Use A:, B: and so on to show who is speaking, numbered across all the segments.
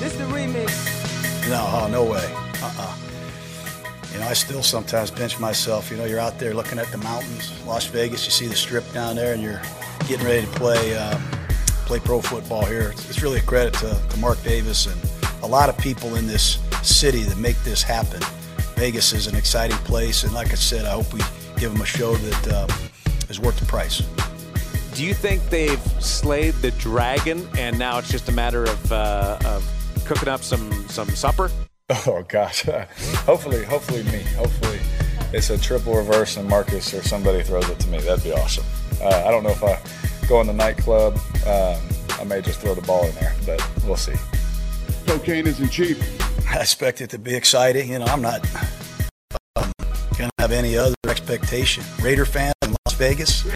A: This the remix.
B: No, oh, no way. Uh-uh. You know, I still sometimes pinch myself. You know, you're out there looking at the mountains, Las Vegas. You see the strip down there, and you're getting ready to play um, play pro football here. It's, it's really a credit to, to Mark Davis and a lot of people in this city that make this happen. Vegas is an exciting place, and like I said, I hope we give them a show that uh, is worth the price.
C: Do you think they've slayed the dragon, and now it's just a matter of, uh, of cooking up some some supper?
D: Oh gosh. hopefully, hopefully me. Hopefully, it's a triple reverse and Marcus or somebody throws it to me. That'd be awesome. Uh, I don't know if I go in the nightclub. Um, I may just throw the ball in there, but we'll see.
E: Cocaine isn't cheap.
B: I expect it to be exciting. You know, I'm not um, going to have any other expectation. Raider fan in Las Vegas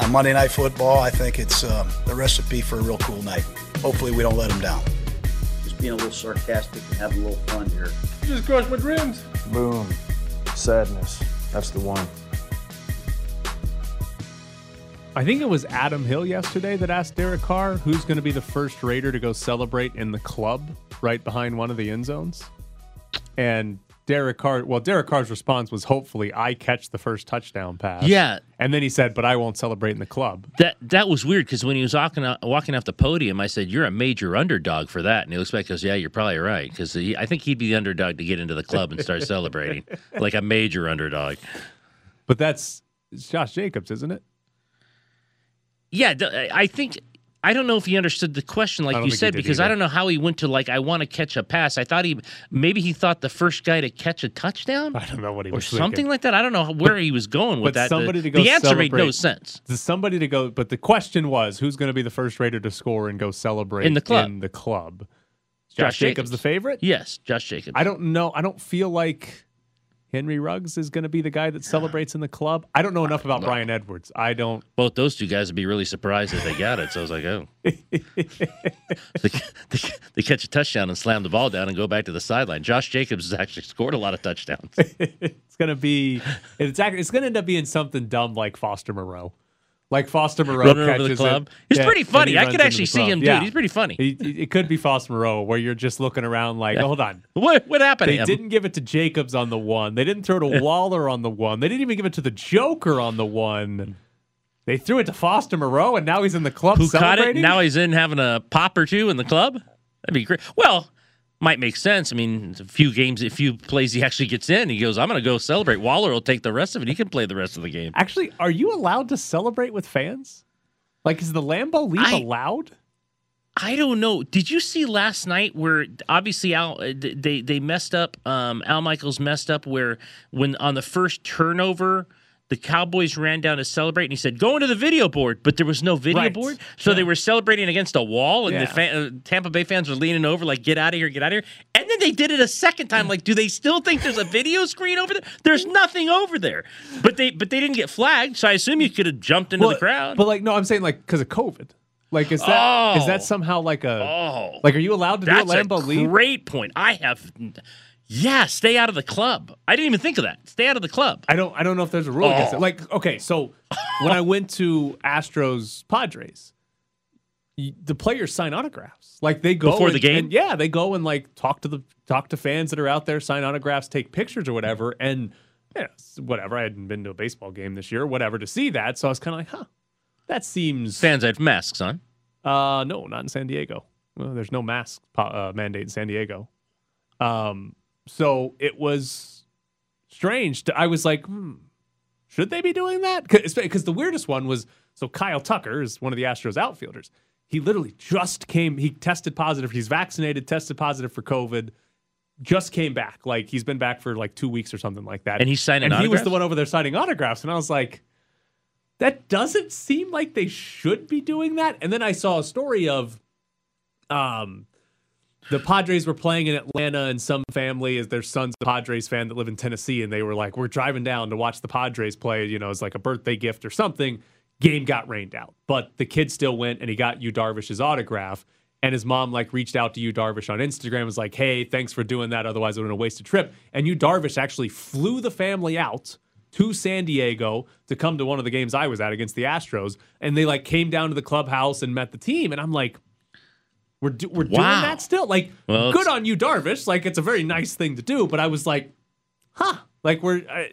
B: on Monday Night Football, I think it's um, the recipe for a real cool night. Hopefully, we don't let them down.
F: Just being a little sarcastic and having a little fun here.
E: Just crushed my dreams.
G: Boom. Sadness. That's the one.
H: I think it was Adam Hill yesterday that asked Derek Carr who's going to be the first Raider to go celebrate in the club right behind one of the end zones. And Derek Carr, well, Derek Carr's response was hopefully I catch the first touchdown pass.
I: Yeah.
H: And then he said, but I won't celebrate in the club.
I: That that was weird because when he was walking out, walking off the podium, I said, "You're a major underdog for that." And he looks back, and goes, "Yeah, you're probably right." Because I think he'd be the underdog to get into the club and start celebrating like a major underdog.
H: But that's it's Josh Jacobs, isn't it?
I: Yeah, th- I think I don't know if he understood the question
H: I
I: like
H: don't
I: you
H: think he
I: said
H: did
I: because I
H: either.
I: don't know how he went to like I want to catch a pass. I thought he maybe he thought the first guy to catch a touchdown
H: I don't know what he
I: or
H: was
I: something
H: thinking.
I: like that. I don't know where he was going
H: but
I: with that.
H: somebody
I: the,
H: to go
I: the answer made no
H: celebrate-
I: sense.
H: To somebody to go, but the question was who's going to be the first Raider to score and go celebrate
I: In the club.
H: In the club. Josh,
I: Josh
H: Jacobs, the
I: Jacobs.
H: favorite?
I: Yes, Josh Jacobs.
H: I don't know. I don't feel like Henry Ruggs is going to be the guy that celebrates in the club. I don't know enough about Brian Edwards. I don't.
I: both those two guys would be really surprised that they got it. So I was like, oh. they, they, they catch a touchdown and slam the ball down and go back to the sideline. Josh Jacobs has actually scored a lot of touchdowns.
H: It's going to be. It's act- it's going to end up being something dumb like Foster Moreau. Like Foster Moreau
I: Running over
H: catches
I: the
H: it,
I: club. He's pretty
H: and
I: funny.
H: he
I: I
H: runs
I: could
H: into
I: actually
H: the
I: see
H: club.
I: him do it.
H: Yeah.
I: He's pretty funny.
H: He- he- it could be Foster Moreau where you're just looking around like, hold on.
I: what what happened
H: They
I: to him?
H: didn't give it to Jacobs on the one. They didn't throw to Waller on the one. They didn't even give it to the Joker on the one. They threw it to Foster Moreau, and now he's in the club
I: Who caught it?
H: celebrating.
I: Now he's in having a pop or two in the club. That'd be great. Well, might make sense. I mean, it's a few games, a few plays he actually gets in, he goes, "I'm going to go celebrate." Waller will take the rest of it. He can play the rest of the game.
H: Actually, are you allowed to celebrate with fans? Like, is the Lambo leap
I: I-
H: allowed?
I: I don't know. Did you see last night where obviously Al uh, th- they they messed up? Um, Al Michaels messed up where when on the first turnover. The Cowboys ran down to celebrate, and he said, "Go into the video board," but there was no video
H: Right.
I: board, so they were celebrating against a wall, and the
H: Yeah.
I: fa- uh, Tampa Bay fans were leaning over, like, "Get out of here, get out of here!" And then they did it a second time. Like, do they still think there's a video screen over there? There's nothing over there, but they but they didn't get flagged, so I assume you could have jumped into the crowd.
H: But like, no, I'm saying like because of COVID. Like, is that is that
I: Oh.
H: somehow like a
I: oh,
H: like? Are you allowed to do a
I: That's
H: Lambo leap?
I: great point. I have, yeah, stay out of the club. I didn't even think of that. Stay out of the club.
H: I don't I don't know if there's a rule against
I: Oh.
H: it. Like, okay, so when I went to Astros Padres, y- the players sign autographs. Like they go
I: Before the
H: and-
I: game?
H: and yeah, they go and like talk to the talk to fans that are out there, sign autographs, take pictures or whatever. And yeah, it's whatever. I hadn't been to a baseball game this year, whatever, to see that. So I was kind of like, huh, that seems.
I: Fans have masks on.
H: Uh, no, not in San Diego. Well, there's no mask po- uh, mandate in San Diego. Um, so it was strange. To, I was like, hmm, should they be doing that? Because the weirdest one was so Kyle Tucker is one of the Astros outfielders. He literally just came. He tested positive. He's vaccinated. Tested positive for COVID. Just came back. Like he's been back for like two weeks or something like that.
I: And he's signing
H: And he was
I: autographs?
H: the one over there signing autographs. And I was like, that doesn't seem like they should be doing that. And then I saw a story of um the Padres were playing in Atlanta and some family is their son's a Padres fan that live in Tennessee and they were like, We're driving down to watch the Padres play, you know, as like a birthday gift or something. Game got rained out. But the kid still went and he got you Darvish's autograph. And his mom like reached out to you Darvish on Instagram, was like, Hey, thanks for doing that. Otherwise it would have been a wasted trip. And you Darvish actually flew the family out to San Diego to come to one of the games I was at against the Astros. And they like came down to the clubhouse and met the team. And I'm like, We're do, we're
I: Wow.
H: doing that still. Like,
I: Well,
H: good
I: it's-
H: on you, Darvish. Like, it's a very nice thing to do. But I was like, huh? Like, we're I,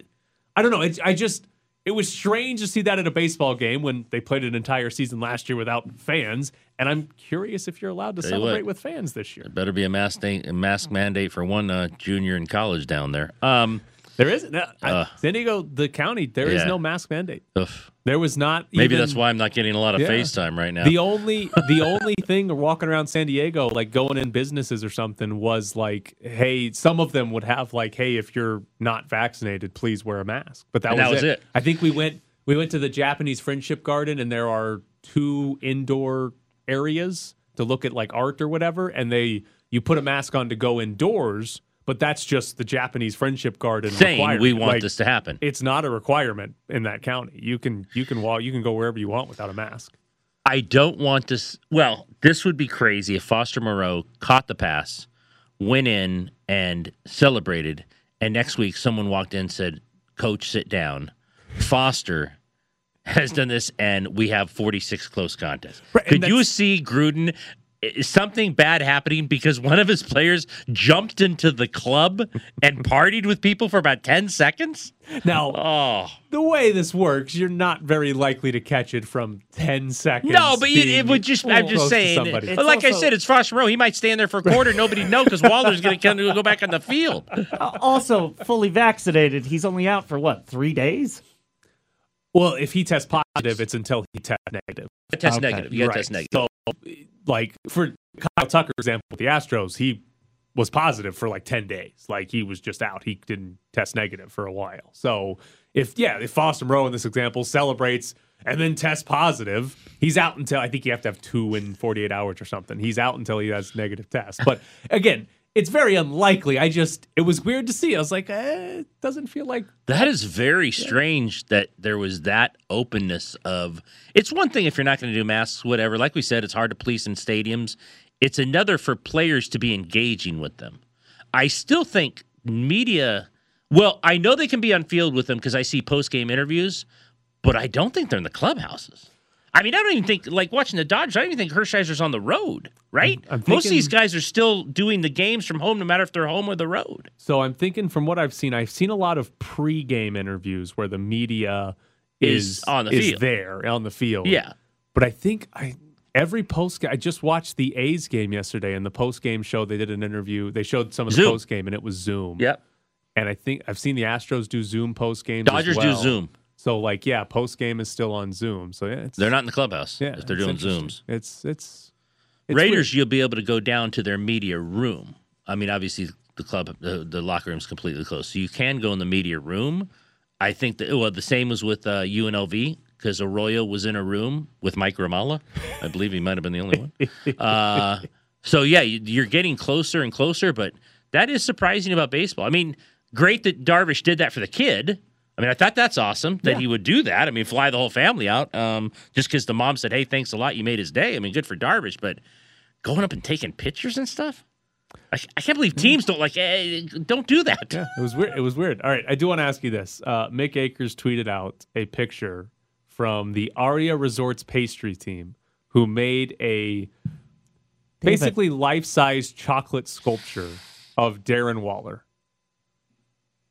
H: I don't know. It's I just it was strange to see that at a baseball game when they played an entire season last year without fans. And I'm curious if you're allowed to
I: you what.
H: celebrate with fans this year.
I: Better be a mask, day, a mask mandate for one uh, junior in college down there. Um,
H: There is no, I-
I: Ugh.
H: San Diego, the county. There is
I: Yeah.
H: no mask mandate.
I: ugh.
H: There was not.
I: Maybe
H: even-
I: that's why I'm not getting a lot of
H: Yeah.
I: FaceTime right now.
H: The only the only thing walking around San Diego, like going in businesses or something, was like, hey, some of them would have like, hey, if you're not vaccinated, please wear a mask. But that,
I: And
H: was,
I: that was it.
H: I think we went we went to the Japanese Friendship Garden, and there are two indoor areas to look at like art or whatever, and they you put a mask on to go indoors. But that's just the Japanese Friendship Garden
I: Saying we
H: requirement.
I: want
H: Like,
I: this to happen.
H: It's not a requirement in that county. You can you can walk you can go wherever you want without a mask.
I: I don't want to. s- Well, this would be crazy if Foster Moreau caught the pass, went in and celebrated, and next week someone walked in and said, "Coach, sit down." Foster has done this, and we have 46 close contests.
H: Right, and
I: Could you
H: that's-
I: see Gruden? i- Something bad happening because one of his players jumped into the club and partied with people for about 10 seconds.
H: Now
I: Oh,
H: the way this works, you're not very likely to catch it from 10 seconds.
I: No, but it, it
H: being
I: would just. I'm
H: close
I: just
H: to
I: saying.
H: somebody.
I: but like I
A: also-
I: said, it's Foster Moreau. He might stand there for a quarter. Nobody know because Waller's going to go back on the field.
A: Uh, also fully vaccinated. He's only out for what three days?
H: well, if he tests positive, it's until he tests negative.
I: Test
A: Okay,
I: negative. You got to
H: Right.
I: test negative.
H: So, like, for Kyle Tucker, example, with the Astros, he was positive for like 10 days. Like, he was just out. He didn't test negative for a while. So, if, yeah, if Foster Moreau in this example celebrates and then tests positive, he's out until I think you have to have two in 48 hours or something. He's out until he has negative test. But again, it's very unlikely. I just, it was weird to see. I was like, eh, it doesn't feel like
I: That is very strange that there was that openness of it's one thing if you're not going to do masks, whatever. Like we said, it's hard to police in stadiums. It's another for players to be engaging with them. I still think media well, I know they can be on field with them because I see post game interviews, but I don't think they're in the clubhouses. I mean, I don't even think like watching the Dodgers, I don't even think Hershiser's on the road, right?
H: I'm
I: Most of these
H: thinking-
I: guys are still doing the games from home, no matter if they're home or the road.
H: So I'm thinking from what I've seen, I've seen a lot of pre-game interviews where the media
I: Is
H: is,
I: on the
H: is
I: field.
H: there on the field.
I: Yeah.
H: But I think I every post I just watched the A's game yesterday and the post game show they did an interview. They showed some of the
I: Zoom.
H: post game and it was Zoom.
I: Yep.
H: And I think I've seen the Astros do Zoom post game.
I: Dodgers do Zoom.
H: So like yeah, post game is still on Zoom. So yeah, it's,
I: They're not in the clubhouse
H: yeah,
I: if they're
H: it's
I: doing
H: interesting.
I: Zooms.
H: It's it's, it's
I: Raiders,
H: weird.
I: you'll be able to go down to their media room. I mean, obviously the club, uh, the, the locker room's completely closed, so you can go in the media room. I think that well, the same was with uh, UNLV because Arroyo was in a room with Mike Ramala. I believe he might have been the only one. Uh, so yeah, you- you're getting closer and closer, but that is surprising about baseball. I mean, great that Darvish did that for the kid. I mean, I thought that's awesome that he would do that. I mean, fly the whole family out um, just because the mom said, "Hey, thanks a lot, you made his day." I mean, good for Darvish, but going up and taking pictures and stuff. I, I can't believe teams don't like eh, don't do that.
H: Yeah, it was weird. It was weird. All right, I do want to ask you this. Uh, Mick Akers tweeted out a picture from the Aria Resorts pastry team, who made a basically life-size chocolate sculpture of Darren Waller.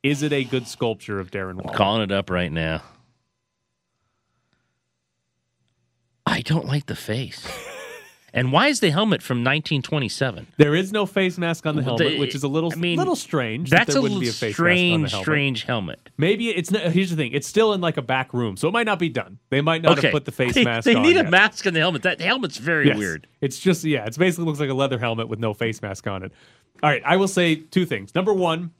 H: Is it a good sculpture of Darren Waller?
I: Calling it up right now. I don't like the face. and why is the helmet from 1927?
H: There is no face mask on the
I: Well,
H: helmet,
I: the-
H: which is a little
I: I mean,
H: little strange. that
I: That's
H: there
I: a
H: wouldn't be a
I: little
H: face mask on the
I: strange,
H: helmet.
I: strange helmet.
H: Maybe it's not, here's the thing. It's still in like a back room, so it might not be done. They might not have put the face
I: they,
H: mask.
I: They
H: on
I: need
H: yet.
I: a mask on the helmet. That helmet's very
H: Yes.
I: weird.
H: It's just yeah, it's basically looks like a leather helmet with no face mask on it. All right, I will say two things. Number one,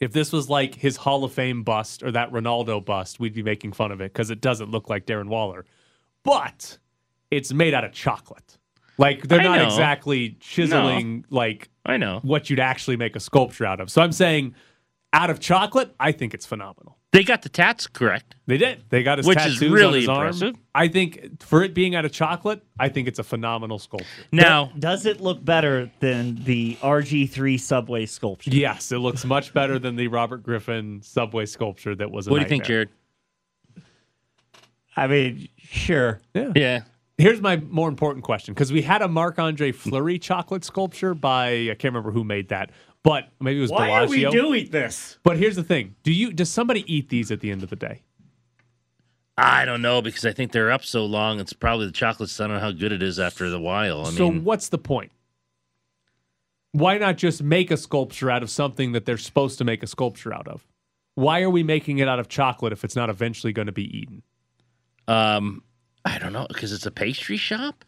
H: if this was like his Hall of Fame bust or that Ronaldo bust, we'd be making fun of it because it doesn't look like Darren Waller. But it's made out of chocolate. Like they're
I: I
H: not
I: know.
H: exactly chiseling like
I: I know.
H: what you'd actually make a sculpture out of. So I'm saying out of chocolate, I think it's phenomenal.
I: They got the tats correct.
H: They did. They got his
I: Which is
H: tattoos on
I: really
H: his arm.
I: impressive.
H: I think for it being out of chocolate, I think it's a phenomenal sculpture.
I: Now,
A: Does it look better than the RG3 subway sculpture?
H: Yes, it looks much better than the Robert Griffin subway sculpture that was. A
I: what do you think,
H: nightmare.
I: Jared?
A: I mean, sure.
I: Yeah.
H: Here's my more important question because we had a Marc Andre Fleury chocolate sculpture by I can't remember who made that, but maybe it was
A: Why
H: Bellagio.
A: are we doing this?
H: But here's the thing: Do you does somebody eat these at the end of the day?
I: I don't know because I think they're up so long. It's probably the chocolates. I don't know how good it is after the while. I
H: so
I: mean,
H: what's the point? Why not just make a sculpture out of something that they're supposed to make a sculpture out of? Why are we making it out of chocolate if it's not eventually going to be eaten?
I: um, I don't know because it's a pastry shop.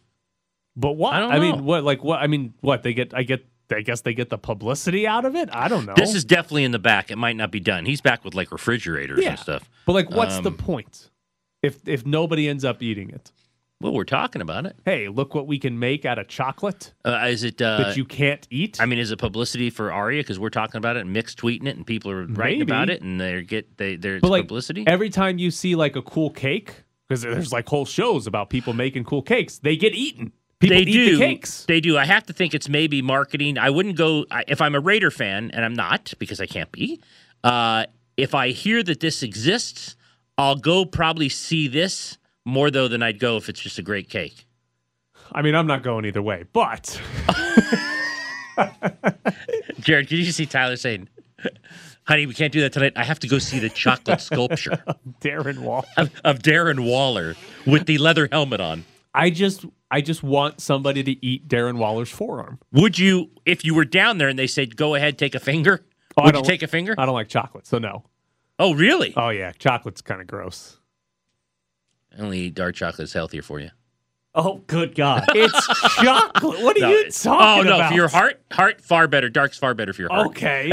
H: But what?
I: I don't know.
H: mean, what? Like what? I mean, what? They get? I get. I guess they get the publicity out of it. I don't know.
I: This is definitely in the back. It might not be done. He's back with like refrigerators
H: Yeah.
I: and stuff.
H: But like, what's the
I: Um,
H: point if if nobody ends up eating it?
I: Well, we're talking about it.
H: Hey, look what we can make out of chocolate
I: Uh, is it? Uh,
H: that you can't eat.
I: I mean, is it publicity for Aria? Because we're talking about it, and Mick's tweeting it, and people are writing
H: Maybe.
I: about it, and they get they there's
H: but like
I: publicity.
H: every time you see like a cool cake, because there's like whole shows about people making cool cakes, they get eaten. People
I: they
H: eat the
I: do.
H: cakes.
I: They do. I have to think it's maybe marketing. I wouldn't go I, if I'm a Raider fan, and I'm not because I can't be. Uh, if I hear that this exists, I'll go probably see this more though than I'd go if it's just a great cake.
H: I mean, I'm not going either way, but
I: Jared, did you see Tyler saying, "Honey, we can't do that tonight. I have to go see the chocolate sculpture
H: Darren Wall.
I: of, of Darren Waller with the leather helmet on."
H: I just I just want somebody to eat Darren Waller's forearm.
I: Would you, if you were down there and they said, "Go ahead, take a finger,"
H: Oh, I
I: would you
H: don't-
I: take a finger?
H: I don't like chocolate, so no.
I: oh, really?
H: Oh yeah, chocolate's kind of gross.
I: Only dark chocolate is healthier for you.
A: Oh, good God.
H: It's chocolate. What are
I: No,
H: you
I: it's-
H: talking
I: oh no,
H: about?
I: for your heart, heart far better. Dark's far better for your heart.
H: Okay.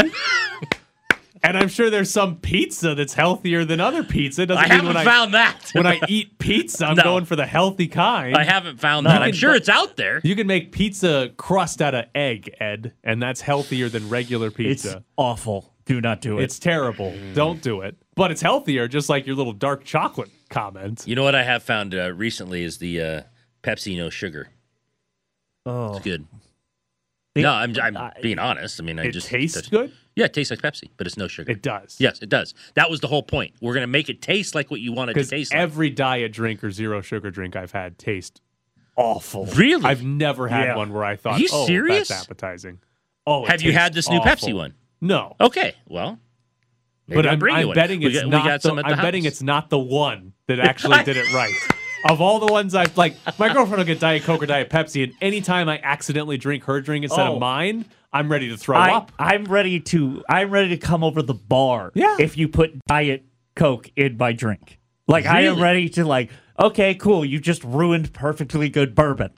H: and I'm sure there's some pizza that's healthier than other pizza. It doesn't
I: I
H: mean when
I: haven't found that.
H: I when I eat pizza, I'm
I: No.
H: going for the healthy kind.
I: I haven't found that. I'm
H: can-
I: sure it's out there.
H: You can make pizza crust out of egg, Ed, and that's healthier than regular
A: it's
H: pizza.
A: awful. Do not do it.
H: uh, It's, terrible.
I: Mm.
H: Don't do it. But it's healthier, just like your little dark chocolate comment.
I: You know what I have found uh, recently is the uh, Pepsi no sugar.
A: oh.
I: It's good.
A: They-
I: no, I'm, I'm
A: I-
I: being honest. I mean, I
H: It
I: just
H: tastes
I: that's-
H: good.
I: Yeah, it tastes like Pepsi, but it's no sugar.
H: It does.
I: yes, it does. That was the whole point. We're gonna make it taste like what you want it to
H: Because
I: taste like.
H: every diet drink or zero sugar drink I've had tastes awful.
I: Really?
H: I've never had
A: Yeah.
H: one where I thought,
I: you
H: oh,
I: serious?
H: that's appetizing. Oh, it
I: Have you had
H: tastes
I: this new Pepsi
H: awful.
I: one?
H: No.
I: Okay, well, maybe
H: but
I: I'll
H: I'm,
I: bring you
H: I'm
I: one.
H: betting
I: We
H: it's
I: got- we
H: not.
I: got
H: the,
I: some at the
H: I'm betting
I: house.
H: it's not the one that actually did it right. Of all the ones I've like, my girlfriend will get Diet Coke or Diet Pepsi, and anytime I accidentally drink her drink instead
A: Oh.
H: of mine, I'm ready to throw
A: I,
H: up.
A: I'm ready to I'm ready to come over the bar.
H: Yeah.
A: If you put diet coke in my drink, like I am
I: Really?
A: ready to like. Okay, cool. You just ruined perfectly good bourbon.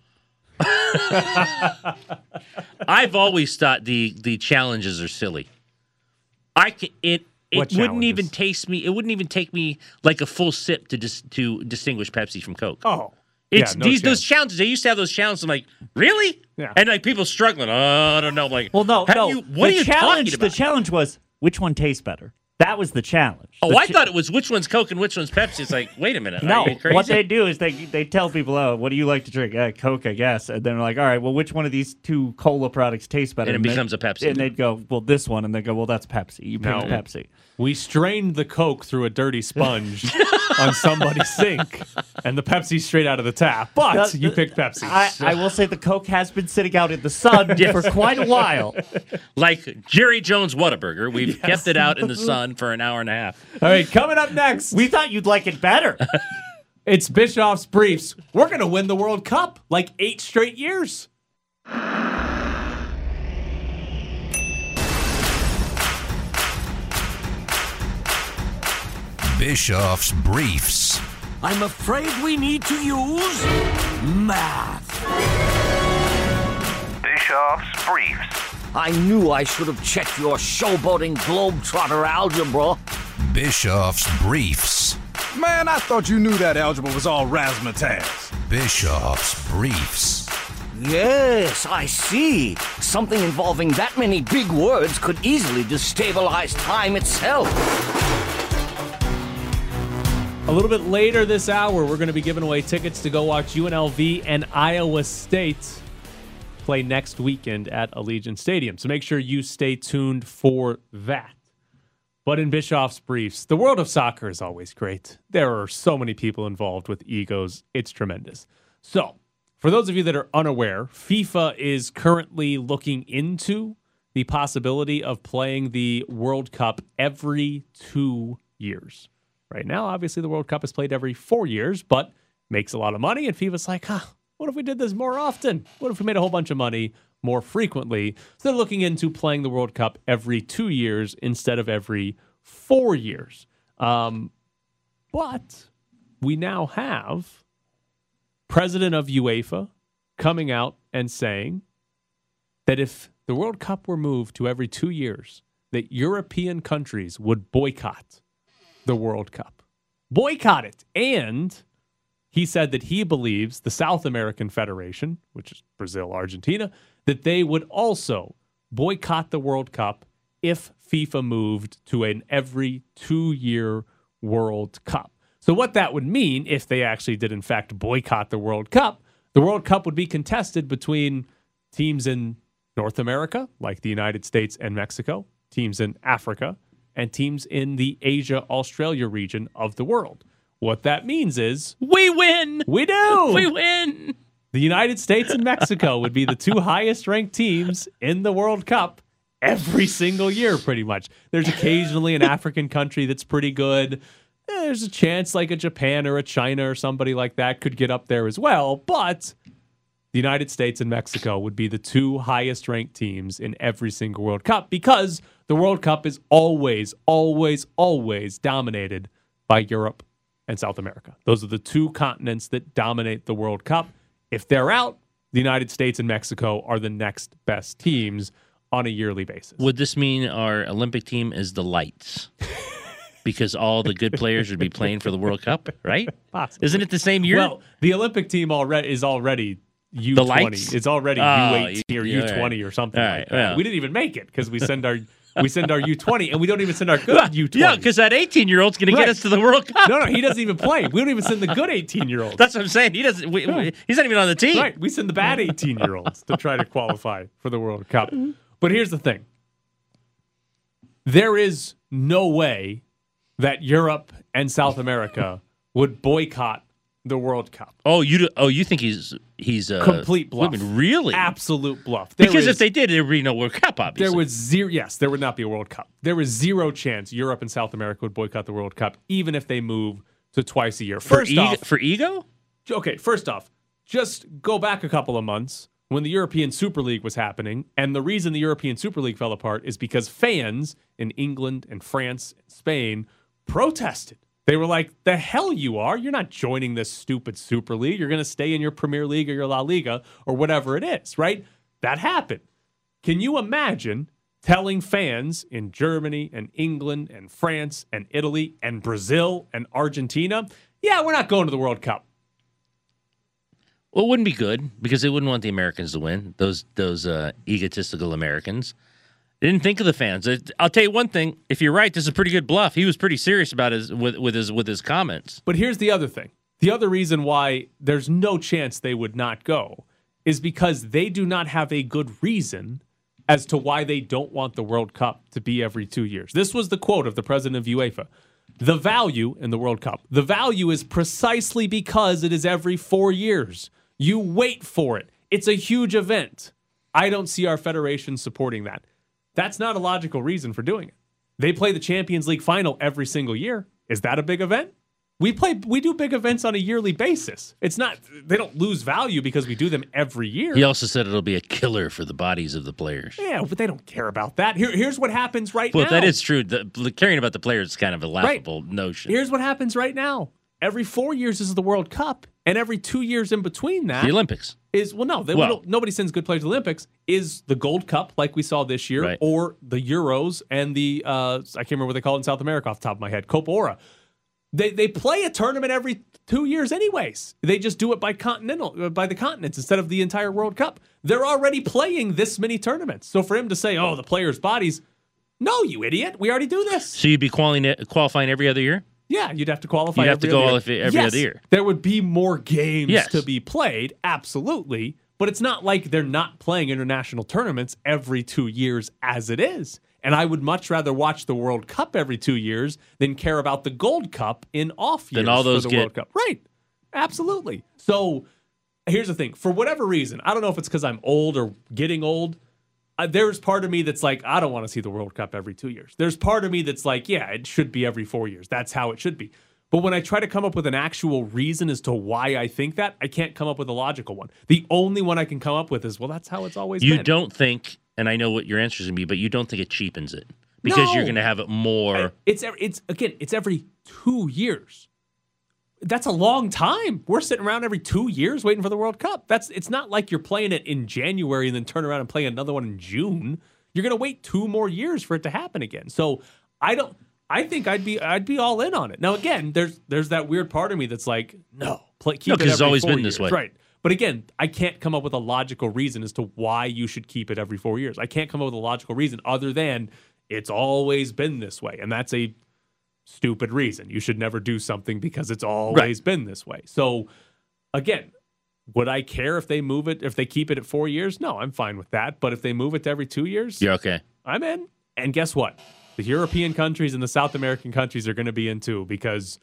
I: I've always thought the the challenges are silly. I can it it
H: What
I: wouldn't even
H: challenges?
I: taste me. It wouldn't even take me like a full sip to dis, to distinguish Pepsi from Coke.
H: Oh,
I: it's
H: yeah, no
I: these those
H: chance.
I: challenges. They used to have those challenges. I'm like, really?
H: Yeah.
I: And like people struggling. Oh, I don't know. I'm Like,
A: Well, no,
I: how do
A: no.
I: You, what
A: the
I: are you
A: challenge.
I: talking about?
A: The challenge was which one tastes better. That was the challenge.
I: oh,
A: The
I: I
A: ch-
I: thought it was which one's Coke and which one's Pepsi. It's like, wait a minute.
A: No,
I: are you crazy?
A: what they do is they they tell people, "Oh, what do you like to drink? Uh, Coke, I guess." And then they're like, "All right, well, which one of these two cola products tastes better?"
I: And it
A: they-
I: becomes a Pepsi.
A: And they'd go, "Well, this one," and they go, "Well, that's Pepsi. You picked
H: No.
A: Pepsi."
H: We strained the Coke through a dirty sponge on somebody's sink, and the Pepsi straight out of the tap. But
A: The-
H: you
A: the-
H: picked Pepsi.
A: I, I will say the Coke has been sitting out in the sun for quite a while.
I: like Jerry Jones Whataburger. We've kept it out in the sun for an hour and a half.
H: All right, coming up next,
A: We thought you'd like it better.
H: it's Bischoff's briefs. We're gonna win the World Cup like eight straight years.
J: Bischoff's Briefs.
K: I'm afraid we need to use math.
J: Bischoff's Briefs.
K: I knew I should have checked your showboating globetrotter algebra.
J: Bischoff's Briefs.
E: Man, I thought you knew that algebra was all razzmatazz.
J: Bischoff's Briefs.
K: Yes, I see. Something involving that many big words could easily destabilize time itself.
H: A little bit later this hour, we're going to be giving away tickets to go watch UNLV and Iowa State play next weekend at Allegiant Stadium. So make sure you stay tuned for that. But in Bischoff's briefs, the world of soccer is always great. There are so many people involved with egos, it's tremendous. So, for those of you that are unaware, FIFA is currently looking into the possibility of playing the World Cup every two years. Right now, obviously, the World Cup is played every four years, but makes a lot of money. And FIFA's like, huh, what if we did this more often? What if we made a whole bunch of money more frequently? So they're looking into playing the World Cup every two years instead of every four years. Um, but we now have president of UEFA coming out and saying that if the World Cup were moved to every two years, that European countries would boycott the World Cup. Boycott it. And he said that he believes the South American Federation, which is Brazil, Argentina, that they would also boycott the World Cup if FIFA moved to an every two year World Cup. So, what that would mean if they actually did, in fact, boycott the World Cup, the World Cup would be contested between teams in North America, like the United States and Mexico, teams in Africa, and teams in the Asia Australia region of the world. What that means is
I: we win.
H: We do.
I: We win.
H: The United States and Mexico would be the two highest ranked teams in the World Cup every single year, pretty much. There's occasionally an African country that's pretty good. Eh, There's a chance like a Japan or a China or somebody like that could get up there as well. But the United States and Mexico would be the two highest ranked teams in every single World Cup because the World Cup is always, always, always dominated by Europe and South America. Those are the two continents that dominate the World Cup. If they're out, the United States and Mexico are the next best teams on a yearly basis.
I: Would this mean our Olympic team is the lights? because all the good players would be playing for the World Cup, right?
H: Possibly.
I: Isn't it the same year?
H: Well, the Olympic team already is already U
I: The
H: twenty.
I: lights?
H: It's already
I: Oh,
H: U
I: you-
H: eighteen or
I: yeah,
H: U twenty
I: all
H: or
I: right.
H: something
I: All
H: like
I: right,
H: that.
I: well.
H: We didn't even make it because we send our we send our U twenty and we don't even send our good U twenty.
I: yeah, because that 18 year old's going to
H: Right.
I: get us to the World Cup.
H: No, no, he doesn't even play. We don't even send the good eighteen year olds.
I: That's what I'm saying. He doesn't. We, we- he's not even on the team.
H: Right. We send the bad 18 year olds to try to qualify for the World Cup.
I: Mm-hmm.
H: But here's the thing there is no way that Europe and South America would boycott the World Cup.
I: Oh, you. do- Oh, you think he's he's uh,
H: Complete bluff.
I: women. Really?
H: Absolute bluff. There
I: Because
H: is-
I: if they did, there'd be no World Cup. Obviously,
H: there was zero, yes, there would not be a World Cup. There was zero chance Europe and South America would boycott the World Cup, even if they move to twice a year.
I: for
H: First
I: ego.
H: off,
I: for ego.
H: okay, first off, just go back a couple of months when the European Super League was happening. And the reason the European Super League fell apart is because fans in England and France and Spain protested. They were like, the hell you are. You're not joining this stupid Super League. You're going to stay in your Premier League or your La Liga or whatever it is, right? That happened. Can you imagine telling fans in Germany and England and France and Italy and Brazil and Argentina, yeah, we're not going to the World Cup?
I: Well, it wouldn't be good because they wouldn't want the Americans to win. Those those uh, egotistical Americans. They didn't think of the fans. It- I'll tell you one thing. If you're right, this is a pretty good bluff. He was pretty serious about his with, with his with his comments.
H: But here's the other thing. The other reason why there's no chance they would not go is because they do not have a good reason as to why they don't want the World Cup to be every two years. This was the quote of the president of UEFA. The value in the World Cup, the value is precisely because it is every four years. You wait for it. It's a huge event. I don't see our federation supporting that. That's not a logical reason for doing it. They play the Champions League final every single year. Is that a big event? We play we do big events on a yearly basis. It's not they don't lose value because we do them every year.
I: He also said it'll be a killer for the bodies of the players.
H: Yeah, but they don't care about that. Here, here's what happens right
I: Well,
H: now.
I: that is true. The, the caring about the players is kind of a laughable notion.
H: Here's what happens right now. Every four years is the World Cup, and every two years in between that
I: the Olympics.
H: is well, no, they,
I: Well-
H: we don't, nobody sends good players to the Olympics. Is the Gold Cup like we saw this year,
I: Right.
H: or the Euros and the uh, I can't remember what they call it in South America off the top of my head, Copa Ora. They they play a tournament every two years, anyways. They just do it by continental uh, by the continents instead of the entire World Cup. They're already playing this many tournaments. So for him to say, "Oh, the players' bodies," no, you idiot, we already do this.
I: So you'd be qualifying qualifying every other year.
H: Yeah, you'd have to qualify.
I: You'd have to
H: every
I: go
H: other
I: all
H: year.
I: if- every
H: Yes,
I: other year.
H: There would be more games
I: Yes.
H: to be played, absolutely. But it's not like they're not playing international tournaments every two years as it is. And I would much rather watch the World Cup every two years than care about the Gold Cup in off years
I: Then all
H: for
I: those
H: the
I: get-
H: World Cup. Right. Absolutely. So here's the thing for whatever reason i don't know if it's because i'm old or getting old uh, there's part of me that's like i don't want to see the world cup every two years there's part of me that's like yeah it should be every four years that's how it should be but when i try to come up with an actual reason as to why i think that i can't come up with a logical one the only one i can come up with is well that's how it's always
I: you
H: been.
I: don't think, and I know what your answer is going to be, but you don't think it cheapens it because you're
H: No.
I: going to have it more.
H: It's ev- it's again, it's every two years. That's a long time. We're sitting around every two years waiting for the World Cup. That's it's not like you're playing it in January and then turn around and play another one in June. You're gonna wait two more years for it to happen again. So I don't. I think I'd be I'd be all in on it. Now again, there's there's that weird part of me that's like, no, play, keep
I: No,
H: it
I: 'cause it's
H: every
I: always
H: four
I: been this
H: years.
I: way.
H: right? But again, I can't come up with a logical reason as to why you should keep it every four years. I can't come up with a logical reason other than it's always been this way, and that's a stupid reason. You should never do something because it's always been this way. So again, would I care if they move it if they keep it at 4 years? No, I'm fine with that, but if they move it to every 2 years,
I: You're okay.
H: I'm in. And guess what? The European countries and the South American countries are going to be in too because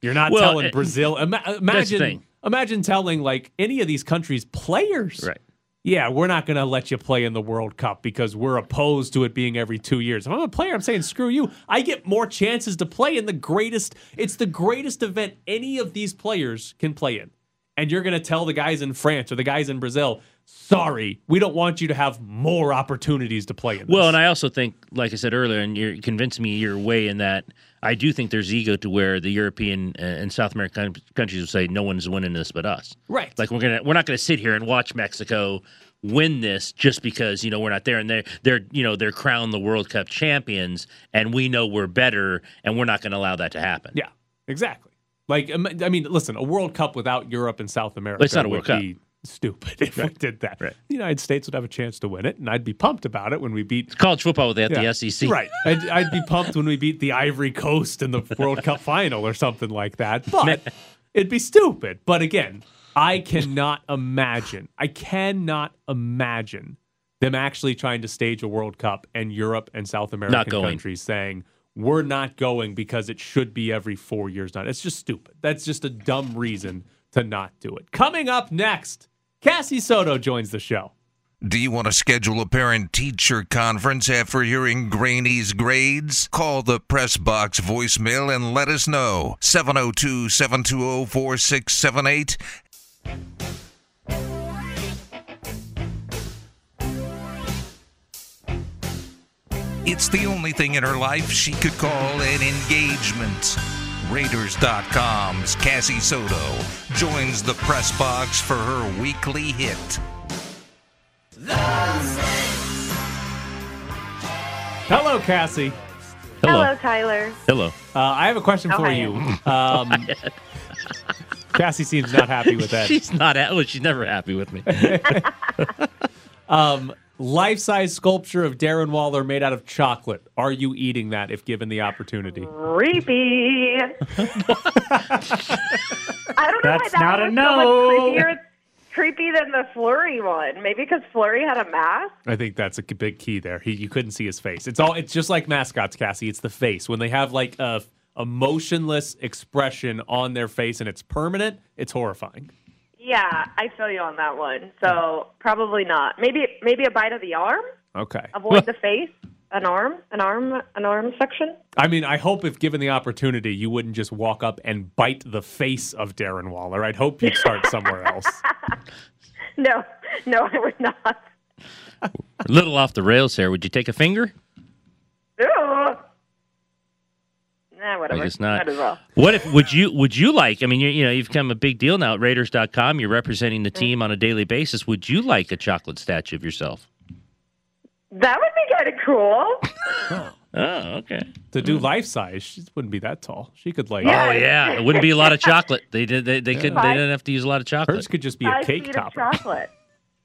H: you're not
I: Well,
H: telling
I: it-
H: Brazil ima-
I: thing.
H: imagine imagine telling like any of these countries players.
I: Right.
H: Yeah, we're not going to let you play in the World Cup because we're opposed to it being every 2 years. If I'm a player, I'm saying screw you. I get more chances to play in the greatest it's the greatest event any of these players can play in. And you're going to tell the guys in France or the guys in Brazil, "Sorry, we don't want you to have more opportunities to play in."
I: Well, and I also think, like I said earlier, and you're convincing me your way in that I do think there's ego to where the European uh, and and South American coun- countries will say no one's winning this but us.
H: Right.
I: Like we're gonna we're not gonna sit here and watch Mexico win this just because you know we're not there and they're they're you know they're crowned the World Cup champions and we know we're better and we're not gonna allow that to happen.
H: Yeah, exactly. Like, um, I mean, listen, a World Cup without Europe and South America
I: it's not a
H: would
I: World Cup.
H: be stupid if we did that. The United States would have a chance to win it, and I'd be pumped about it when we beat
I: college football without
H: Yeah.
I: the E SEC.
H: Right. I'd, I'd be pumped when we beat the Ivory Coast in the World Cup final or something like that. But it'd be stupid. But again, I cannot imagine. I cannot imagine them actually trying to stage a World Cup and Europe and South American
I: going.
H: countries saying we're not going because it should be every four years. Not. It's just stupid. That's just a dumb reason to not do it. Coming up next, Cassie Soto joins the show.
J: Do you want to schedule a parent teacher conference after hearing Granny's grades? Call the press box voicemail and let us know. 702 720 4678. It's the only thing in her life she could call an engagement. Raiders.com's Cassie Soto joins the press box for her weekly hit.
H: Hello, Cassie.
L: Hello, Tyler.
I: Hello.
H: Uh, I have a question
L: Oh,
H: for
L: hi.
H: you. Um, Cassie seems not happy with that.
I: she's not. at- Well, she's never happy with me.
H: Um, life-size sculpture of Darren Waller made out of chocolate. Are you eating that if given the opportunity?
L: Creepy. I don't know why
A: That's
L: that
A: not
L: one
A: a
L: was so
A: no.
L: much creepier, creepy than the Flurry one. Maybe because Flurry had a mask.
H: I think that's a big key there. He, you couldn't see his face. It's all. It's just like mascots, Cassie. It's the face when they have like a emotionless expression on their face and it's permanent. It's horrifying.
L: Yeah, I feel you on that one. So probably not. Maybe maybe a bite of the arm.
H: Okay.
L: Avoid the face. An arm. An arm. An arm section.
H: I mean, I hope if given the opportunity, you wouldn't just walk up and bite the face of Darren Waller. I'd hope you'd start somewhere else.
L: No, no, I would not.
I: A little off the rails here. Would you take a finger?
L: Ew. Nah, whatever.
I: I guess not.
L: Might as well.
I: What if would you would you like? I mean, you, you know, you've become a big deal now at Raiders.com. You're representing the team on a daily basis. Would you like a chocolate statue of yourself?
L: That would be kind of cool.
I: Oh, okay.
H: To do life size, she wouldn't be that tall. She could like.
I: Oh yeah, it wouldn't be a lot of chocolate. They did. They, they could. They
L: Five-
I: didn't have to use a lot of chocolate.
H: Hers could just
L: Five feet of chocolate.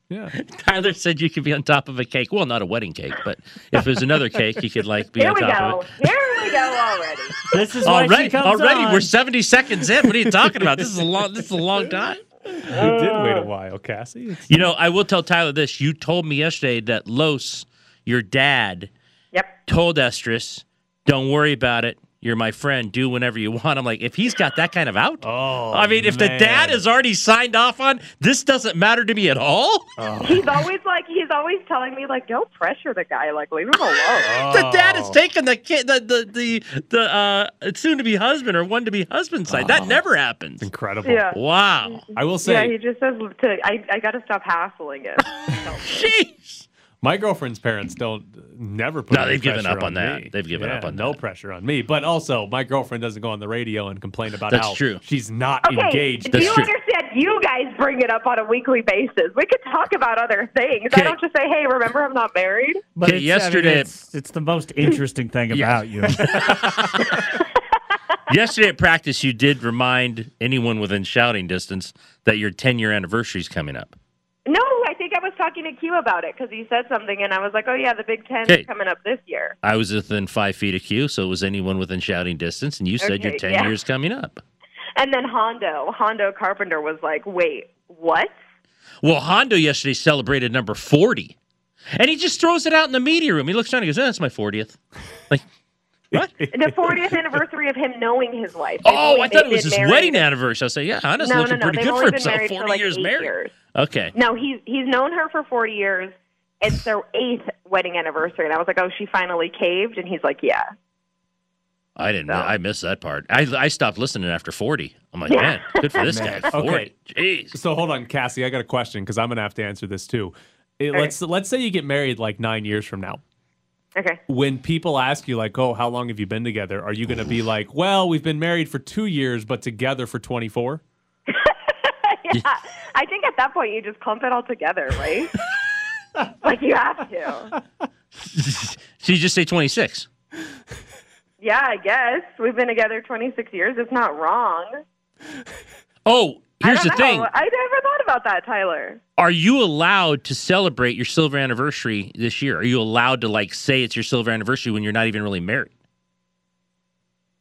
H: Yeah.
I: Tyler said you could be on top of a cake. Well, not a wedding cake, but if it was another cake, you could like be
L: Here
I: on
L: we
I: top
L: go.
I: of it.
L: Here we go already.
A: This is why
I: already,
A: she comes
I: already,
A: on.
I: we're seventy seconds in. What are you talking about? This is a long. This is a long time.
H: You did wait a while, Cassie. It's-
I: You know, I will tell Tyler this. You told me yesterday that Los, your dad,
L: yep.
I: told Estrus, don't worry about it.
M: You're my friend. Do whenever you want. I'm like, if he's got that kind of out,
A: oh,
M: I mean, if the dad is already signed off on, this doesn't matter to me at all.
I: He's always like he's always telling me like don't pressure the guy like leave him alone.
M: The dad is taking the kid, the the the, the uh, soon-to-be husband or one-to-be husband side. That never happens.
H: Incredible.
I: Yeah.
M: Wow.
H: I will
I: yeah,
H: say,
I: he just says to I I got to stop hassling it.
H: my girlfriend's parents don't never put.
M: No,
H: any
M: they've given
H: pressure
M: up on that.
H: me.
M: They've given up
H: Yeah,
M: on
H: No pressure on me. But also, my girlfriend doesn't go on the radio and complain about
M: That's
H: how
M: true.
H: she's not
I: Okay,
H: engaged.
I: do you understand? You guys bring it up on a weekly basis. We could talk about other things. I don't just say, "Hey, remember I'm not married."
A: But
M: Okay,
A: it's- I mean,
M: yesterday-
A: it's, it's the most interesting thing about you.
M: Yesterday at practice, you did remind anyone within shouting distance that your 10-year anniversary is coming up.
I: No, I think I was talking to Q about it because he said something, and I was like, "Oh yeah, the Big Ten
M: Okay.
I: is coming up this year."
M: I was within five feet of Q, so it was anyone within shouting distance, and you said your
I: Okay,
M: 10
I: yeah.
M: years coming up.
I: And then Hondo, Hondo Carpenter was like, "Wait, what?"
M: Well, Hondo yesterday celebrated number 40, and he just throws it out in the media room. He looks down and goes, "Eh, that's my 40th.
I: the 40th anniversary of him knowing his wife. They've
M: Oh, I
I: only
M: thought
I: been
M: it was his
I: married-
M: wedding anniversary. I said, yeah, Honda's
I: no,
M: looking
I: no, no.
M: pretty
I: They've
M: good for
I: only been
M: himself.
I: married
M: 40
I: for like
M: years
I: eight
M: married.
I: Years.
M: Okay.
I: No, he's he's known her for 40 years. It's their eighth wedding anniversary, and I was like, "Oh, she finally caved," and he's like, "Yeah."
M: I didn't know. I missed that part. I, I stopped listening after 40. I'm like,
I: Yeah.
M: man, good for this guy. 40.
H: Okay. So hold on, Cassie. I got a question because I'm gonna have to answer this too. It-
I: Okay.
H: Let's let's say you get married like nine years from now.
I: Okay.
H: When people ask you like, "Oh, how long have you been together?" Are you gonna be like, "Well, we've been married for two years, but together for 24"?
I: yeah. I think at that point you just clump it all together, right? like you have to.
M: So you just say 26.
I: Yeah, I guess we've been together 26 years. It's not wrong.
M: Oh, here's
I: I
M: the
I: don't know.
M: thing.
I: I never thought about that, Tyler.
M: Are you allowed to celebrate your silver anniversary this year? Are you allowed to like say it's your silver anniversary when you're not even really married?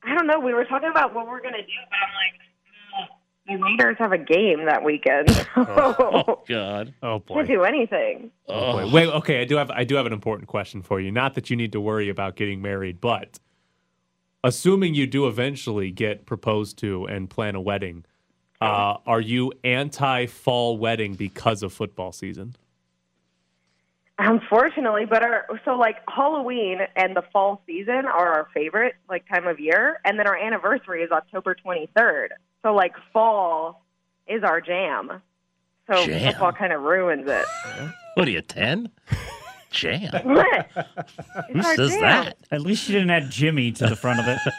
I: I don't know. We were talking about what we're gonna do, but I'm like, mm, the Raiders have a game that weekend.
M: Oh God.
H: Oh
I: Can't do anything.
H: Oh, boy. Wait, okay, I do have I do have an important question for you. Not that you need to worry about getting married, but assuming you do eventually get proposed to and plan a wedding, uh, are you anti fall wedding because of football season?
I: Unfortunately, but our so like Halloween and the fall season are our favorite like time of year, and then our anniversary is October 23rd. So like fall is our jam. So
M: Jam.
I: football kind of ruins it.
M: What are you, 10? Jam.
I: What?
M: Who
I: our
M: says
I: jam.
M: that?
A: At least you didn't add Jimmy to the front of it.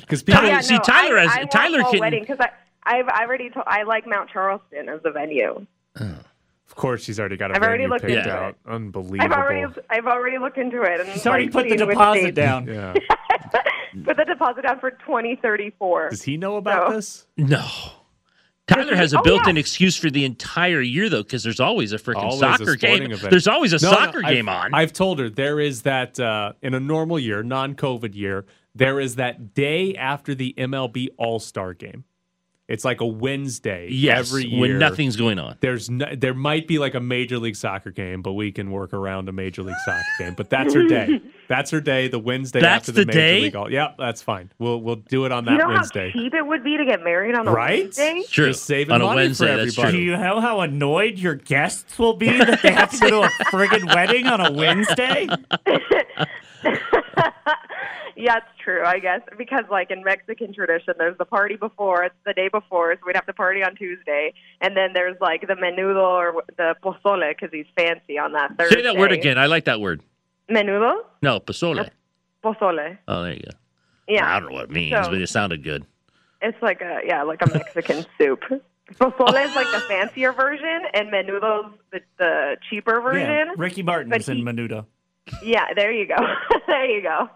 H: Because
M: Tyler,
I: Oh, yeah,
M: see,
I: no,
M: Tyler
I: I,
M: has
I: I want
M: Tyler
I: fall
M: can.
I: wedding because I I've I already told I like Mount Charleston as the venue.
H: Of course, she's already got a
I: I've already
H: venue
I: looked
H: picked
I: into
H: out.
I: I've
H: Unbelievable.
I: already I've already looked into it. And
A: He's already
I: like,
A: put the
I: seen which
A: deposit
I: dates-
A: down.
H: yeah.
I: Put the deposit down for 2034.
H: Does he know about this?
M: No. Tyler has a
I: Oh,
M: built-in
I: yeah.
M: excuse for the entire year though, because there's always a freaking
H: Always a
M: soccer
H: sporting
M: game.
H: event.
M: There's always a
H: No, no,
M: soccer
H: I've-
M: game on.
H: I've told her there is that uh, in a normal year, non-COVID year, there is that day after the MLB All Star Game. It's like a Wednesday
M: yes,
H: every year.
M: when nothing's going on.
H: There's no, there might be like a Major League Soccer game, but we can work around a Major League Soccer game. But that's her day. That's her day. The Wednesday
M: That's
H: after the,
M: the
H: Major
M: day?
H: League All. Yep, that's fine. We'll we'll do it on that
I: you know
H: Wednesday.
I: how cheap it would be to get married on a
H: Right?
I: Wednesday?
M: True.
H: Just saving
M: On a
H: money
M: Wednesday,
H: for
M: that's true.
H: everybody.
A: Do you know how annoyed your guests will be that they have to go to a friggin' wedding on a Wednesday?
I: Yeah, it's true, I guess. Because, like, in Mexican tradition, there's the party before, it's the day before, so we'd have to party on Tuesday. And then there's, like, the menudo or the pozole, because he's fancy on that Thursday.
M: Say that word again. I like that word.
I: Menudo?
M: No, pasole.
I: Pozole.
M: Oh, there you go. I
I: Yeah.
M: don't know what it means,
I: So-
M: but it sounded good.
I: It's like a, yeah, like a Mexican soup. Pozole is, like, the fancier version, and menudo's the, the cheaper version.
A: Yeah, Ricky Martin
I: But
A: was in
I: he-
A: Menudo.
I: Yeah, there you go. there you go.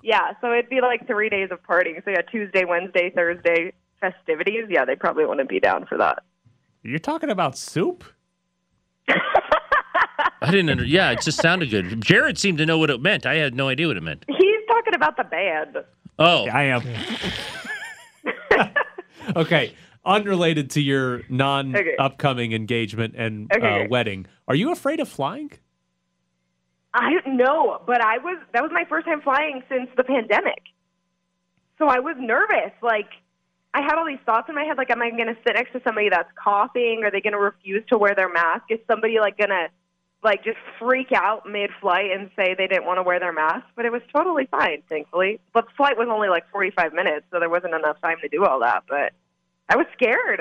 I: Yeah, so it'd be like three days of partying. So yeah, Tuesday, Wednesday, Thursday festivities. Yeah, they probably wouldn't be down for that.
H: You're talking about soup?
M: I didn't under. Yeah, it just sounded good. Jared seemed to know what it meant. I had no idea what it meant.
I: He's talking about the band.
M: Oh,
A: I am.
H: Okay. Unrelated to your non
I: Okay.
H: upcoming engagement and
I: Okay,
H: uh,
I: okay.
H: wedding, are you afraid of flying?
I: I don't know, but I was that was my first time flying since the pandemic. So I was nervous. Like I had all these thoughts in my head like am I going to sit next to somebody that's coughing? Are they going to refuse to wear their mask? Is somebody like going to like just freak out mid-flight and say they didn't want to wear their mask? But it was totally fine, thankfully. But the flight was only like 45 minutes, so there wasn't enough time to do all that, but I was scared.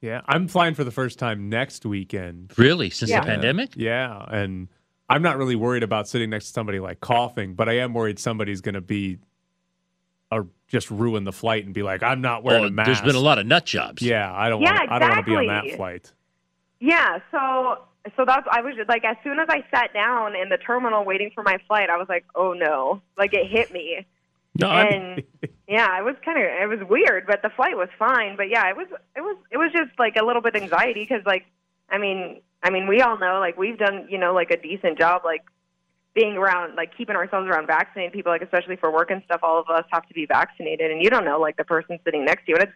H: Yeah, I'm flying for the first time next weekend.
A: Really, since
I: the Yeah.
A: pandemic?
H: Yeah, and I'm not really worried about sitting next to somebody like coughing, but I am worried somebody's going to be, or just ruin the flight and be like, "I'm not wearing
A: Oh,
H: a mask."
A: there's been a lot of nut jobs.
H: Yeah, I don't.
I: Yeah,
H: want I don't want to be on
I: exactly.
H: that flight.
I: Yeah, so so that's I was just, like as soon as I sat down in the terminal waiting for my flight, I was like, "Oh no." Like it hit me.
A: No,
I: and yeah, I was kind of it was weird, but the flight was fine, but yeah, it was it was it was just like a little bit anxiety cuz like I mean, I mean we all know like we've done, you know, like a decent job like being around like keeping ourselves around vaccinated people like especially for work and stuff all of us have to be vaccinated and you don't know like the person sitting next to you and it's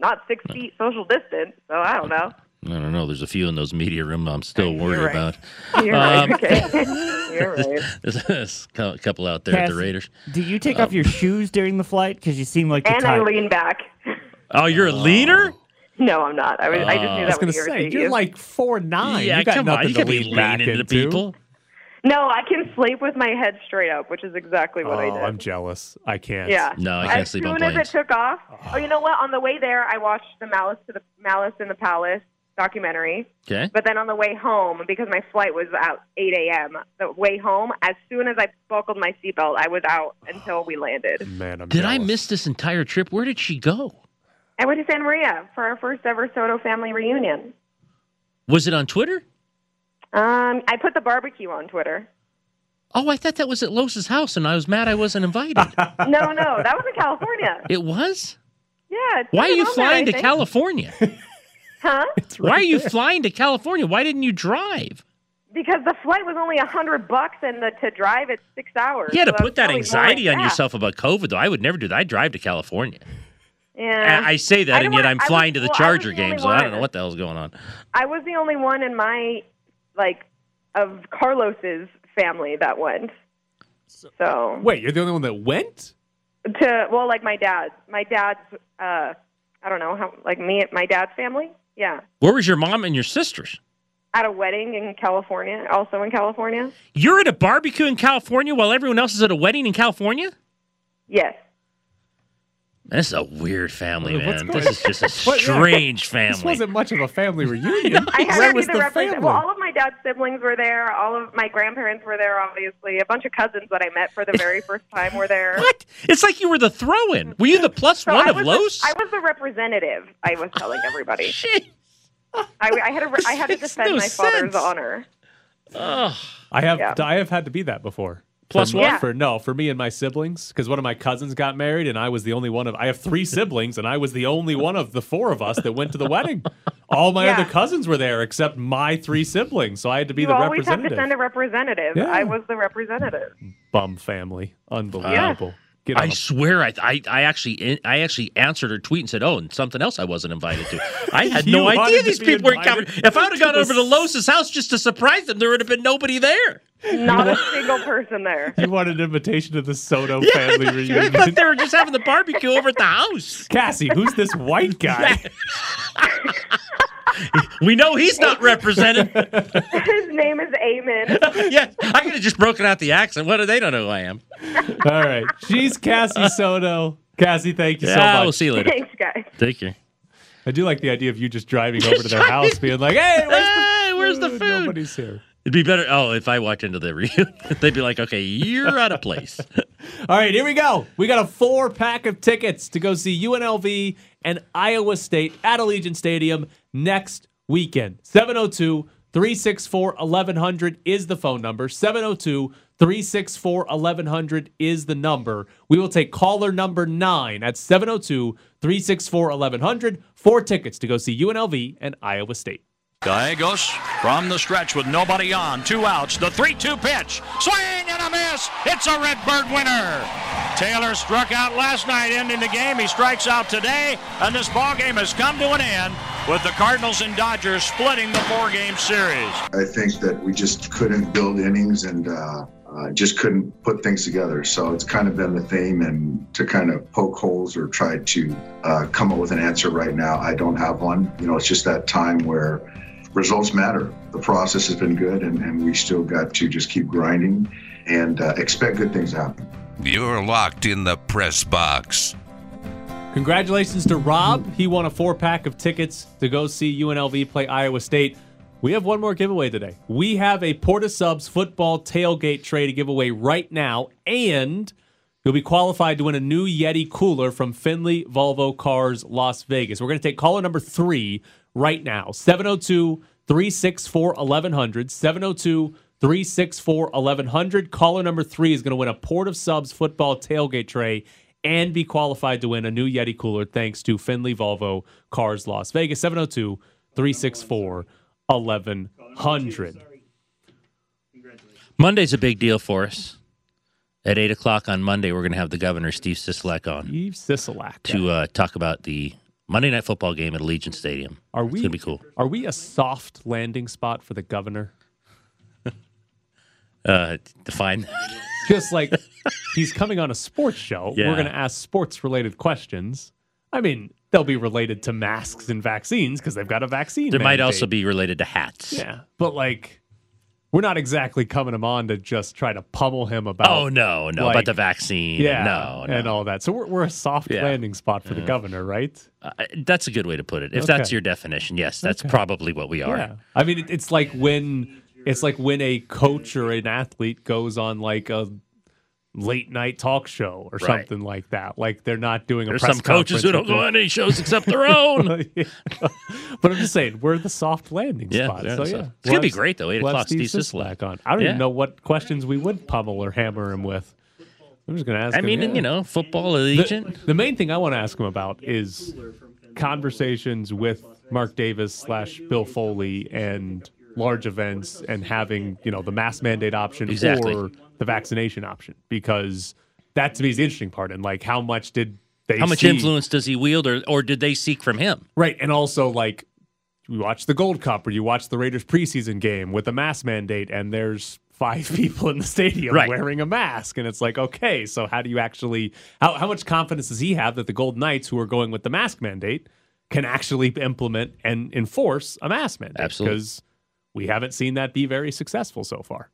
I: not 6 feet social distance so i don't know
A: I don't know. There's a few in those media room I'm still worried
I: right.
A: about.
I: You're
A: Um,
I: right. Okay. You're right.
A: there's, a couple out there at the
N: Cass,
A: Raiders. Um,
N: Do you take off your shoes during the flight? Because you seem like the
I: And I
N: type.
I: lean back.
A: Oh, you're a leaner?
I: No, I'm not. I, was, I just
A: Uh,
I: knew
A: I
I: that
A: was
I: would
A: gonna say,
I: irritate
H: you're
I: you.
H: like four nine.
A: Yeah,
H: you got
A: come on,
H: nothing
A: you
H: to
A: can't be
H: lean back
A: leaning into
H: into.
A: people.
I: No, I can sleep with my head straight up, which is exactly
H: Oh,
I: what I did.
H: I'm jealess. I can't.
I: Yeah. as soon as it took off. Oh, you know what? On the way there, I watched the Malice to the Malice in the Palace documentary.
A: Okay.
I: But then on the way home, because my flight was at 8 a.m., the way home, as soon as I buckled my seatbelt, I was out until we landed.
H: Man, I'm
A: Did I miss this entire trip? Where did she go?
I: I went to San Maria for our first ever Soto family reunion.
A: Was it on Twitter?
I: Um, I put the barbecue on Twitter.
A: Oh, I thought that was at Los's house, and I was mad I wasn't invited.
I: No, no, that was in California.
A: It was?
I: Yeah. it's
A: Why are
I: in
A: you
I: Long Island,
A: flying
I: I
A: to
I: think.
A: California?
I: Huh?
A: Why are you flying to California? Why didn't you drive?
I: Because the flight was only a hundred bucks, and the, to drive it's six hours.
A: You had to
I: so I was
A: put that
I: probably more
A: anxiety
I: like
A: on
I: that.
A: yourself about COVID, though. I would never do that. I drive to California.
I: Yeah.
A: I, I say that,
I: I
A: and
I: don't
A: yet
I: want-
A: I'm
I: I was-
A: flying to the
I: well, I was
A: Charger
I: the
A: game,
I: only
A: so I don't
I: one.
A: know what the hell's going on.
I: I was the only one in my like of Carlos's family that went. So
H: Wait, you're the only one that went.
I: to well, like my dad, my dad's. Uh, I don't know how like me, my dad's family. Yeah,
A: Where was your mom and your sisters?
I: at a wedding in California, also in California.
A: You're at a barbecue in California while everyone else is at a wedding in California?
I: Yes.
A: This is a weird family,
H: What's
A: man.
H: going-
A: This is just a
H: What- yeah.
A: strange
H: This
A: family.
H: wasn't much of a family reunion.
I: I had
H: Where
I: to
H: was
I: be the,
H: the
I: represent-
H: family?
I: Well, all of my dad's siblings were there. All of my grandparents were there, obviously. A bunch of cousins that I met for the very first time were there.
A: What? It's like you were the throw in. Were you the plus
I: So
A: one
I: I
A: of
I: was
A: Los?
I: The, I was the representative. I was telling everybody. I, I had to. re- I had to
A: This makes no
I: defend my father's
A: sense.
I: honor.
A: Ugh.
H: I have
I: Yeah.
H: I have had to be that before.
A: Plus
H: for,
A: one?
H: for no for me and my siblings because one of my cousins got married and I was the only one of I have three siblings and I was the only one of the four of us that went to the wedding. All my
I: Yeah.
H: other cousins were there except my three siblings, so I had to be
I: you
H: the
I: always have to
H: representative.
I: send a representative.
H: Yeah.
I: I was the representative.
H: Bum family, unbelievable. Get on
A: I
H: a-
A: swear, I, I I actually I actually answered her tweet and said, "Oh, and something else I wasn't invited to. I had
H: You
A: no
H: wanted
A: idea
H: to
A: these
H: be
A: people weren't coming.
H: invited
A: If I would have
H: to
A: gone over to
H: this-
A: Los's house just to surprise them, there would have been nobody there.
I: Not a single person there.
H: you want an invitation to the Soto family
A: I thought
H: reunion?
A: they were just having the barbecue over at the house.
H: Cassie, who's this white guy?
A: We know he's not represented.
I: His name is Amen.
A: yeah, I could have just broken out the accent. What do they don't know who I am?
H: All right, she's Cassie Soto. Cassie, thank you so
A: Yeah,
H: much.
A: we'll see you later.
I: Thanks, guys.
A: Take care.
H: I do like the idea of you just driving over to their
A: driving-
H: house, being like, "Hey, where's the
A: Hey, where's the
H: food?
A: food?
H: Nobody's here."
A: It'd be better. Oh, if I walked into the reunion, they'd be like, "Okay, you're out of place."
H: All right, here we go. We got a four pack of tickets to go see UNLV and Iowa State at Allegiant Stadium next weekend. 702 364 1100 is the phone number. 702 364 1100 is the number. We will take caller number nine at 702 364 1100 for tickets to go see UNLV and Iowa State.
M: Gallegos from the stretch with nobody on, two outs. The 3 2 pitch. Swing and a miss. It's a Redbird winner. Taylor struck out last night, ending the game. He strikes out today, and this ball game has come to an end with the Cardinals and Dodgers splitting the four-game series.
O: I think that we just couldn't build innings and uh, uh, just couldn't put things together. So it's kind of been the theme, and to kind of poke holes or try to uh, come up with an answer right now, I don't have one. You know, it's just that time where results matter. The process has been good, and, and we still got to just keep grinding and uh, expect good things to happen.
J: You're locked in the press box.
H: Congratulations to Rob. He won a four pack of tickets to go see UNLV play Iowa State. We have one more giveaway today. We have a Porta Subs football tailgate tray to give away right now, and you'll be qualified to win a new Yeti cooler from Finley Volvo Cars Las Vegas. We're going to take caller number three right now 702 364 1100. 702 364 1100. Caller number three is going to win a Port of Subs football tailgate tray and be qualified to win a new Yeti cooler thanks to Finley Volvo Cars Las Vegas 702 364 1100.
I: Monday's a big deal for us. At eight o'clock on Monday, we're going to have the governor Steve Sisolak on.
H: Steve Sisolak
I: to uh, talk about the Monday night football game at Allegiant Stadium.
H: Are
I: it's
H: we
I: going to be cool?
H: Are we a soft landing spot for the governor?
I: Uh, define.
H: Just like he's coming on a sports show,
I: Yeah.
H: we're going to ask sports related questions. I mean, they'll be related to masks and vaccines because they've got a vaccine.
I: There might
H: mandate.
I: also be related to hats.
H: Yeah, but like, we're not exactly coming him on to just try to pummel him about.
I: Oh no, no,
H: like,
I: about the vaccine.
H: yeah,
I: no, no.
H: and all that. So we're, we're a soft
I: Yeah. Mm.
H: landing spot for the
I: Yeah.
H: governor, right?
I: Uh, that's a good way to put it. If
H: Okay.
I: that's your definition, yes, that's
H: Okay.
I: probably what we are.
H: Yeah. I mean, it, it's like when it's like when a coach or an athlete goes on like a late night talk show or
I: Right.
H: something like that. Like they're not doing a
I: There's
H: press
I: some coaches
H: conference
I: who
H: with
I: don't go
H: it.
I: on any shows except their own.
H: Yeah. But I'm just saying, we're the soft landing
I: Yeah,
H: spot.
I: yeah,
H: so
I: so-
H: yeah,
I: it's gonna be great, though. Eight
H: we'll have
I: o'clock,
H: Steve
I: Steve
H: Sisolak
I: Sisolak.
H: on. I don't
I: Yeah.
H: even know what questions we would pummel or hammer him with. I'm just gonna ask.
I: I
H: him,
I: mean,
H: yeah.
I: you know, football
H: The,
I: allegiant.
H: the main thing I want to ask him about is conversations with Mark Davis slash Bill Foley and large events and having, you know, the mask mandate option
I: Exactly.
H: or the vaccination option because that to me is the interesting part. And like, how much did they
I: How much
H: see-
I: influence does he wield, or or did they seek from him?
H: Right. And also, like, you watch the Gold Cup or you watch the Raiders preseason game with a mask mandate, and there's five people in the stadium
I: Right.
H: wearing a mask. And it's like, okay, so how do you actually, how, how much confidence does he have that the Gold Knights, who are going with the mask mandate, can actually implement and enforce a mask mandate?
A: Absolutely.
H: Because we haven't seen that be very successful so far.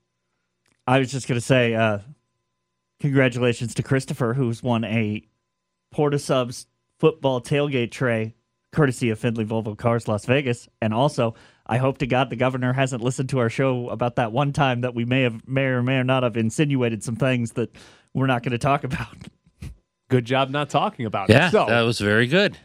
A: I was just gonna say, uh, congratulations to Christopher, who's won a Porta Subs football tailgate tray, courtesy of Findlay Volvo Cars Las Vegas. And also, I hope to God the governor hasn't listened to our show about that one time that we may have, may or may or not have insinuated some things that we're not going to talk about.
H: Good job not talking about
I: Yeah,
H: it. So,
I: that was very good.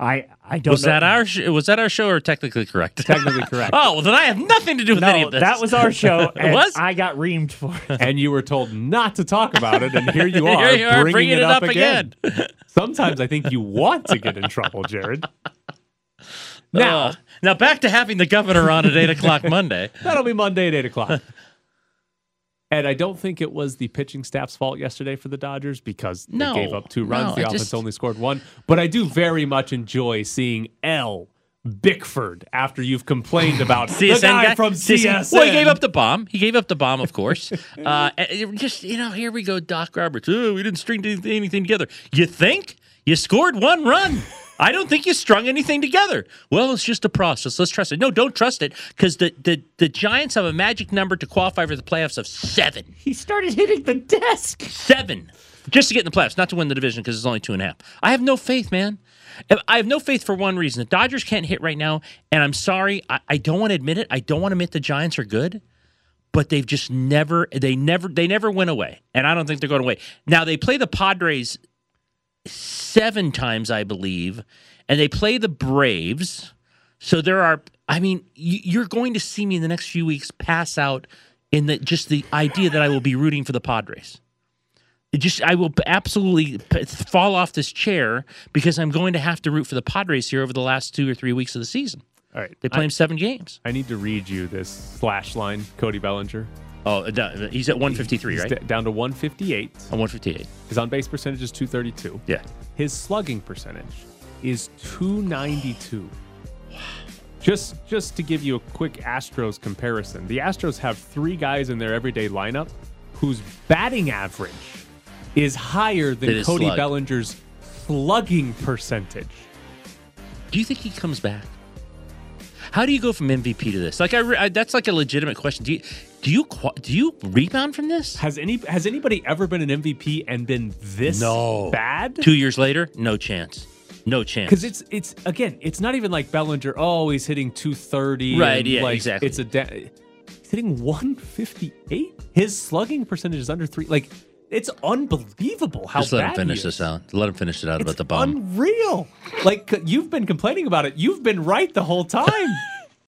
A: I I don't
I: was
A: know-
I: that our sh- was that our show or technically correct?
H: Technically correct.
I: oh well, then I have nothing to do with
A: No,
I: any of this.
A: that was our show.
I: it
A: And
I: was.
A: I got reamed for it.
H: and you were told not to talk about it, and here you are,
I: Here you are
H: bringing, it up,
I: again.
H: Sometimes I think you want to get in trouble, Jared. Now,
I: Uh, now back to having the governor on at eight o'clock Monday.
H: That'll be Monday at eight o'clock. And I don't think it was the pitching staff's fault yesterday for the Dodgers because
I: No,
H: they gave up two runs.
I: no,
H: the
I: I
H: offense
I: just-
H: only scored one. But I do very much enjoy seeing L. Bickford after you've complained about the
I: CSN
H: guy,
I: guy?
H: from
I: CSN.
H: CSN.
I: Well, he gave up the bomb. He gave up the bomb, of course. uh, and it- just you know, here we go, Doc Roberts. Oh, we didn't string anyth- anything together. You think you scored one run? I don't think you strung anything together. Well, it's just a process. Let's trust it. No, don't trust it because the, the the Giants have a magic number to qualify for the playoffs of seven.
A: He started hitting the desk.
I: Seven. Just to get in the playoffs, not to win the division because it's only two and a half. I have no faith, man. I have no faith for one reason. The Dodgers can't hit right now, and I'm sorry. I, I don't want to admit it. I don't want to admit the Giants are good, but they've just never they never they never went away. And I don't think they're going away. Now they play the Padres seven times, I believe, and they play the Braves. So there are, I mean, y- you're going to see me in the next few weeks pass out in the just the idea that I will be rooting for the Padres. It just I will absolutely p- fall off this chair because I'm going to have to root for the Padres here over the last two or three weeks of the season.
H: All right,
I: they play
H: I-
I: them seven games.
H: I need to read you this slash line, Cody Bellinger.
A: Oh, down, he's at 153,
H: He's
A: right?
H: d- down to 158.
A: On 158.
H: His on base percentage is 232.
A: Yeah.
H: His slugging percentage is 292. Just just to give you a quick Astros comparison, the Astros have three guys in their everyday lineup whose batting average is higher
A: Than
H: than
A: his
H: Cody
A: slug.
H: Bellinger's slugging percentage.
A: Do you think he comes back? How do you go from MVP to this? Like I, re- I that's like a legitimate question. Do you do you qua- do you rebound from this?
H: Has any has anybody ever been an MVP and been this
A: no
H: bad?
A: Two years later, no chance, no chance.
H: Because it's it's again, it's not even like Bellinger. Oh, he's hitting 230.
A: Right,
H: and,
A: yeah,
H: like,
A: exactly.
H: It's a da- he's hitting 158. His slugging percentage is under three. Like it's unbelievable how
A: Just let
H: bad
A: him
H: he
A: finish
H: is.
A: this out. Let him finish it out about the bomb.
H: Unreal. Like you've been complaining about it. You've been right the whole time.